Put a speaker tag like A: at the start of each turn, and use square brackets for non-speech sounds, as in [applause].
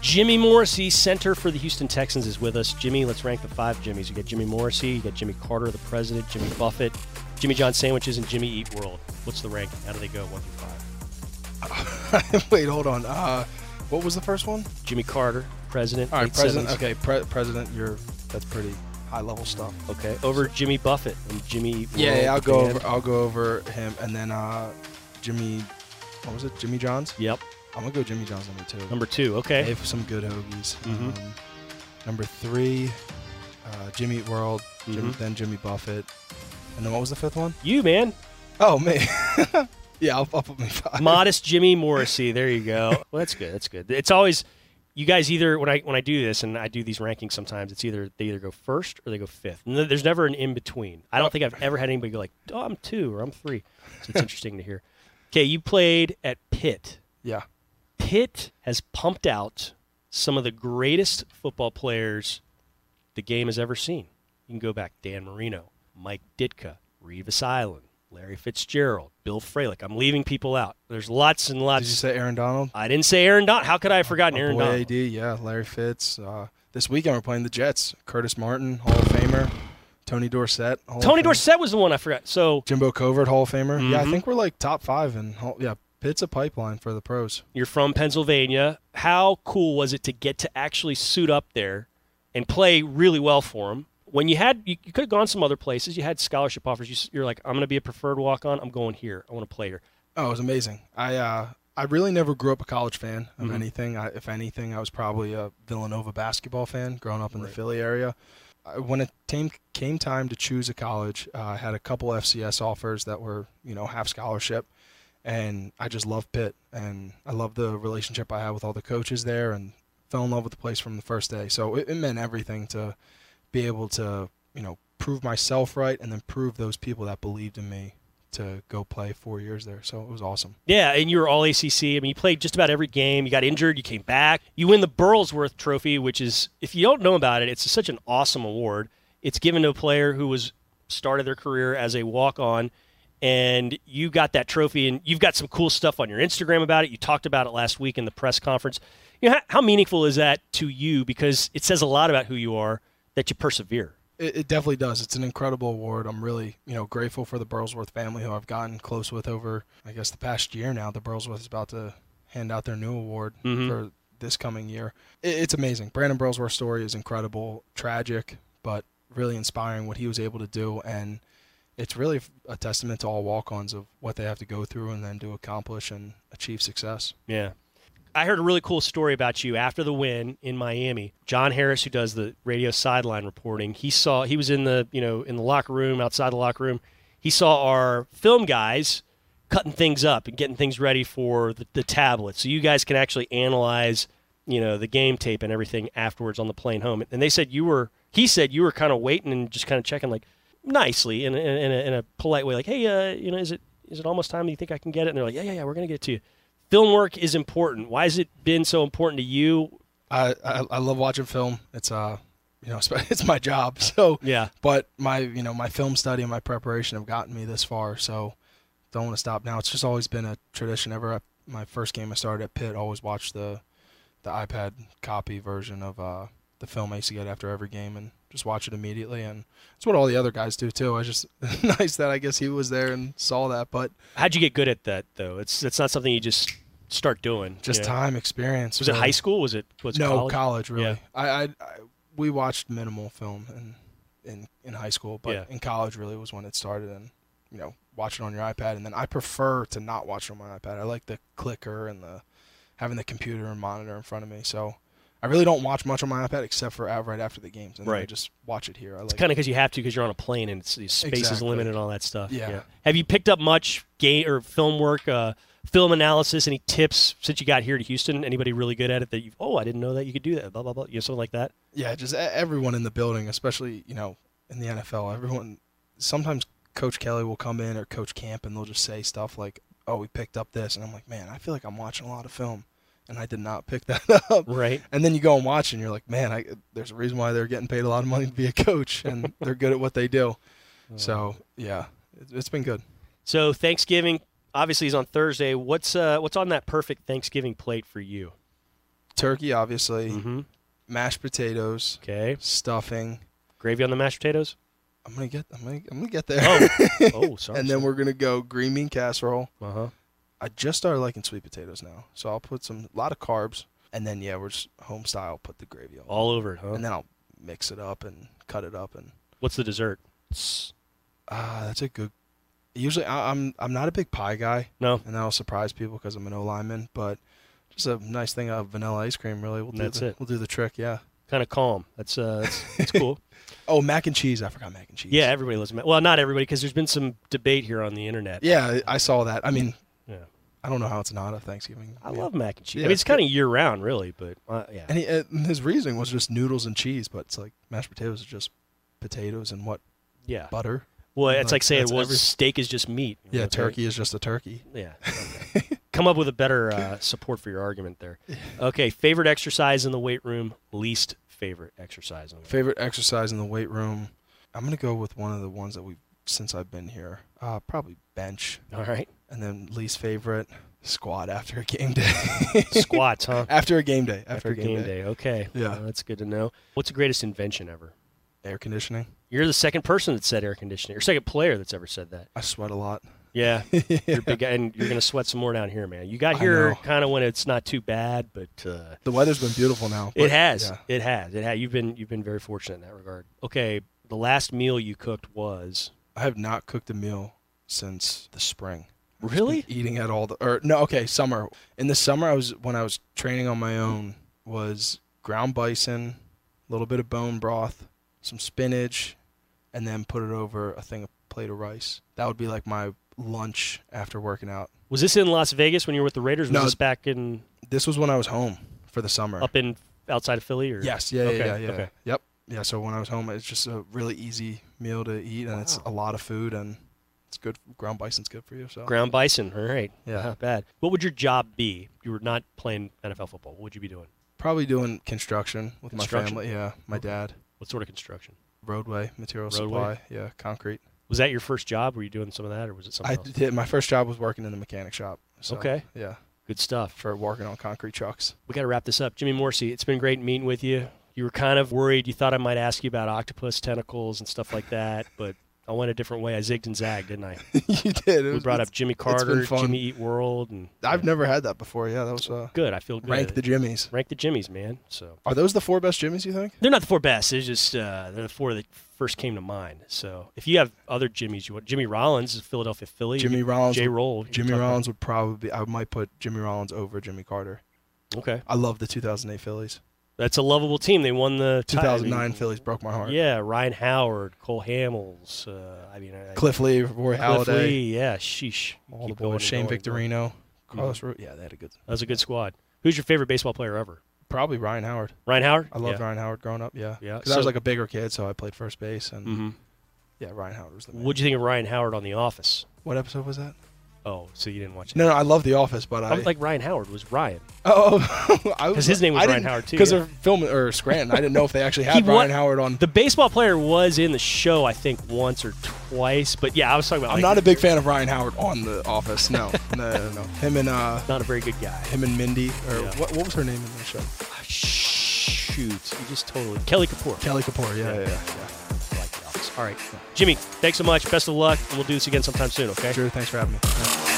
A: Jimmy Morrissey, center for the Houston Texans, is with us. Jimmy, let's rank the five Jimmys. You got Jimmy Morrissey, you got Jimmy Carter, the president, Jimmy Buffett, Jimmy John Sandwiches, and Jimmy Eat World. What's the ranking? How do they go? One through five.
B: [laughs] Wait, hold on. Uh, what was the first one?
A: Jimmy Carter, president.
B: All right,
A: late
B: president.
A: 70s.
B: Okay, pre- president. You're that's pretty high level stuff.
A: Okay, over Jimmy Buffett and Jimmy. Eat
B: Yeah,
A: World,
B: yeah, I'll go
A: and-
B: over. uh, I'll go over him, and then uh, Jimmy. What was it? Jimmy Johns.
A: Yep,
B: I'm gonna go Jimmy Johns number two.
A: number two.
B: They
A: Okay.
B: have some good hoagies.
A: Mhm.
B: Um, number three, uh, Jimmy Eat World. Jim,
A: Mhm.
B: then Jimmy Buffett, and then what was the fifth one?
A: You man,
B: Oh me. [laughs] yeah, I'll, I'll put me [laughs] five.
A: modest Jimmy Morrissey. There you go. Well, that's good. That's good. It's always you guys either when I when I do this and I do these rankings sometimes it's either they either go first or they go fifth. And there's never an in between. I don't think I've ever had anybody go like, "Oh, I'm 2 or I'm 3." So it's interesting to hear. Okay, you played at Pitt.
B: yeah.
A: Pitt has pumped out some of the greatest football players the game has ever seen. You can go back Dan Marino, Mike Ditka, Revis Island, Larry Fitzgerald, Bill Fralick. I'm leaving people out. There's lots and
B: Did you
A: lots.
B: say Aaron Donald?
A: I didn't say Aaron Donald. How could I have forgotten
B: My
A: Aaron
B: boy
A: Donald?
B: AD, yeah, Larry Fitz. Uh, this weekend we're playing the Jets. Curtis Martin, Hall of Famer. Tony Dorsett. Hall of
A: Tony
B: Famer.
A: Dorsett was the one I forgot. So
B: Jimbo Covert, Hall of Famer. Yeah, I
A: Mhm.
B: think we're like top five in Hall. Yeah, Pitt's a pipeline for the pros.
A: you're from Pennsylvania. How cool was it to get to actually suit up there and play really well for him? When you had, you, you could have gone some other places. You had scholarship offers. You, s- you're like, I'm going to be a preferred walk on. I'm going here. I want to play here.
B: Oh, it was amazing. I uh, I really never grew up a college fan of
A: Mhm.
B: anything. I, if anything, I was probably a Villanova basketball fan growing up in
A: Right.
B: the Philly area. I- When it came, came time to choose a college, uh, I had a couple FCS offers that were you know half scholarship, and I just loved Pitt and I loved the relationship I had with all the coaches there and fell in love with the place from the first day. So it, it meant everything to be able to you know prove myself right and then prove those people that believed in me to go play four years there. So it was awesome.
A: Yeah, and you were all ACC. I mean, you played just about every game. You got injured, you came back. You win the Burlsworth Trophy, which is, if you don't know about it, it's such an awesome award. It's given to a player who was started their career as a walk on, and you got that trophy, and you've got some cool stuff on your Instagram about it. You talked about it last week in the press conference. You know, how, how meaningful is that to you? Because it says a lot about who you are that you persevere.
B: It, it definitely does. It's an incredible award. I'm really, you know, grateful for the Burlsworth family who I've gotten close with over, I guess, the past year now. The Burlsworth is about to hand out their new award
A: Mhm.
B: for this coming year. It, it's amazing. Brandon Burlsworth's story is incredible, tragic, but really inspiring what he was able to do. And it's really a testament to all walk-ons of what they have to go through and then to accomplish and achieve success.
A: Yeah. I heard a really cool story about you after the win in Miami. John Harris, who does the radio sideline reporting, he saw he was in the you know in the locker room outside the locker room. He saw our film guys cutting things up and getting things ready for the, the tablet, so you guys can actually analyze you know the game tape and everything afterwards on the plane home. And they said you were he said you were kind of waiting and just kind of checking like nicely in, in, in, a, in a polite way like hey uh, you know is it is it almost time? Do you think I can get it? And they're like yeah yeah yeah we're gonna get it to you film work is important. Why has it been so important to you?
B: I, I, I love watching film. It's uh you know [laughs] it's my job. So
A: Yeah.
B: but my you know my film study and my preparation have gotten me this far. So don't want to stop now. It's just always been a tradition. Ever at my first game I started at Pitt, I always watched the the iPad copy version of uh, the film I used to get after every game and just watch it immediately. And it's what all the other guys do too. I just [laughs] nice that I guess he was there and saw that, but
A: How'd you get good at that though? It's it's not something you just start doing.
B: just
A: you know?
B: time experience.
A: Was it
B: really.
A: high school? Was it was it
B: no
A: college?
B: really.
A: Yeah.
B: I, I, I we watched minimal film in in, in high school, but
A: Yeah.
B: in college really was when it started. And you know, watch it on your iPad, and then I prefer to not watch it on my iPad. I like the clicker and the having the computer and monitor in front of me. So I really don't watch much on my iPad except for out right after the games, and then I
A: Right.
B: just watch it here. I like.
A: It's kind of because you have to because you're on a plane and it's, the space is
B: Exactly.
A: limited and all that stuff.
B: Yeah.
A: Have you picked up much game or film work, uh, film analysis, any tips since you got here to Houston? Anybody really good at it that you? Oh, I didn't know that you could do that. Blah blah blah. You know something like that.
B: yeah, just e- everyone in the building, especially you know in the NFL, everyone. Sometimes Coach Kelly will come in or Coach Camp, and they'll just say stuff like, "Oh, we picked up this," and I'm like, "Man, I feel like I'm watching a lot of film, and I did not pick [laughs] that up."
A: Right.
B: And then you go and watch, and you're like, "Man, I, there's a reason why they're getting paid a lot of money to be
A: [laughs]
B: a coach, and they're good at what they do." So yeah, it, it's been good.
A: So Thanksgiving obviously is on Thursday. What's uh what's on that perfect Thanksgiving plate for you?
B: turkey, obviously,
A: Mm-hmm.
B: mashed potatoes,
A: Okay.
B: stuffing.
A: Gravy on the mashed
B: [laughs]
A: potatoes.
B: I'm gonna get. I'm gonna. I'm gonna get there. [laughs]
A: Oh. Oh, sorry.
B: and then we're gonna go green bean casserole.
A: Uh huh.
B: I just started liking sweet potatoes now, so I'll put some a lot of carbs, and then yeah, we're just home style. Put the gravy on,
A: All over it, huh?
B: and then I'll mix it up and cut it up, and
A: What's the dessert? S-
B: ah, that's a good. Usually, I, I'm I'm not a big pie guy,
A: No,
B: and that'll surprise people because I'm an O lineman, but just a nice thing of vanilla ice cream. Really, we'll do
A: That's
B: the,
A: it.
B: We'll do the trick. Yeah.
A: kind of calm. That's uh,
B: [laughs]
A: that's, that's cool.
B: Oh, mac and cheese. I forgot mac and cheese.
A: yeah, everybody loves. Ma- well, not everybody, because there's been some debate here on the internet.
B: Yeah, I I saw that. I mean,
A: Yeah.
B: I don't know how it's not a Thanksgiving.
A: I
B: meal.
A: love mac and cheese.
B: Yeah,
A: I mean,
B: it's
A: it's kind of year round, really, but uh, yeah.
B: And, he, and his reasoning was just noodles and cheese, but it's like mashed potatoes are just potatoes and what
A: yeah.
B: butter.
A: Well, it's
B: Like,
A: like saying,
B: that's
A: well,
B: every-
A: steak is just meat. you
B: Yeah,
A: know,
B: turkey is just a turkey.
A: Yeah. [laughs] okay. Come up with a better uh, support for your argument there. Okay, favorite exercise in the weight room, least favorite exercise in the weight
B: Favorite exercise in the weight room? I'm gonna go with one of the ones that we have since I've been here. Uh, probably bench,
A: room. All right.
B: and then least favorite squat after a game day. [laughs]
A: Squats, huh?
B: after a game day. After, a game, day.
A: Okay.
B: Yeah.
A: Well, that's good to know. What's the greatest invention ever?
B: Air conditioning.
A: You're the second person that said air conditioning. You're second player that's ever said that.
B: I sweat a lot. [laughs]
A: Yeah. You're a big guy, and you're gonna sweat some more down here, man. You got
B: I
A: here
B: know.
A: kind of when it's not too bad, but uh,
B: The weather's been beautiful now.
A: it
B: but-
A: has,
B: yeah.
A: it has, it has. You've been you've been very fortunate in that regard. Okay, the last meal you cooked was
B: I have not cooked a meal since the spring. I've just
A: Really?
B: been Eating at all the or no, okay, summer. In the summer I was when I was training on my own was ground bison, a little bit of bone broth, some spinach, and then put it over a thing a plate of rice. That would be like my lunch after working out.
A: was this in Las Vegas when you were with the Raiders? Was
B: No.
A: this back in
B: This was when I was home for the summer.
A: up in outside of Philly? Or?
B: Yes, yeah,
A: Okay,
B: yeah, yeah, yeah.
A: okay.
B: Yep. Yeah, so when I was home it's just a really easy meal to eat and it's
A: Wow.
B: a lot of food and it's good ground bison's good for you, so
A: Ground bison. All right.
B: Yeah.
A: Not bad. What would your job be? If you were not playing NFL football. What would you be doing?
B: Probably doing construction with
A: Construction?
B: my family. Yeah, my
A: Okay.
B: dad.
A: What sort of construction?
B: Roadway material
A: Roadway?
B: supply. Yeah, concrete.
A: Was that your first job? Were you doing some of that, or was it something
B: I
A: else?
B: did. My first job was working in the mechanic shop. So,
A: Okay.
B: Yeah,
A: Good stuff.
B: for working on
A: [laughs]
B: concrete trucks.
A: we got to wrap this up. Jimmy Morsey, it's been great meeting with you. You were kind of worried. You thought I might ask you about octopus tentacles and stuff like that, [laughs] but I went a different way. I zigged and zagged, didn't I?
B: you did. [laughs] It
A: We
B: was-
A: brought
B: it's-
A: up Jimmy
B: been
A: Carter,
B: fun.
A: Jimmy Eat World, and
B: I've
A: yeah.
B: never had that before. Yeah, that was uh,
A: good. I feel good.
B: rank the Jimmies.
A: rank the Jimmies, man. So
B: Are those the four best Jimmies? You think?
A: they're not the four best. It's just uh, they're the four that first came to mind. So if you have other Jimmys, you want Jimmy Rollins is Philadelphia Philly.
B: Jimmy Rollins.
A: J
B: would-
A: Roll. you
B: Jimmy
A: talked about-
B: Rollins would probably. be- I might put Jimmy Rollins over Jimmy Carter.
A: Okay,
B: I love the 2008 Phillies.
A: that's a lovable team. They won the tie. I mean,
B: 2009 Phillies broke my heart.
A: Yeah, Ryan Howard, Cole Hamels. Uh, I mean, I,
B: Cliff Lee, Roy
A: Cliff
B: Halladay.
A: Lee, yeah, sheesh.
B: All the
A: Keep
B: boys.
A: going,
B: Shane
A: going, going.
B: Victorino. Carlos Ro- Yeah, they had a good.
A: That was a good squad. Who's your favorite baseball player ever?
B: Probably Ryan Howard.
A: Ryan Howard?
B: I loved
A: yeah.
B: Ryan Howard growing up. Yeah.
A: Yeah,
B: Because I was
A: so-
B: like a bigger kid, so Mm-hmm. I played first base, and
A: hmm
B: yeah, Ryan Howard was the man.
A: What'd you think of Ryan Howard on The Office?
B: what episode was that?
A: Oh, so you didn't watch it?
B: No, no, I love The Office, but I,
A: I was like, Ryan Howard was Ryan.
B: [laughs] oh, [laughs] I was
A: 'Cause his name was
B: I
A: Ryan
B: didn't-
A: Howard, too,
B: Because
A: yeah.
B: they're filming or Scranton, I didn't know if they [laughs] actually
A: He
B: had
A: wa-
B: Ryan Howard on.
A: The baseball player was in the show, I think, once or twice. But yeah, I was talking about.
B: I'm
A: like,
B: not a big fan of Ryan Howard on The Office. [laughs] No, no, no, no. Him and uh,
A: not a very good guy.
B: him and Mindy, or
A: Yeah.
B: what, what was her name in the show?
A: Shoot, you just totally Kelly Kapoor.
B: Kelly Kapoor. Yeah,
A: Yeah.
B: yeah, yeah.
A: I like The Office. All right, Jimmy, thanks so much. Best of luck. We'll do this again sometime soon. Okay.
B: Drew, thanks for having me. Yeah.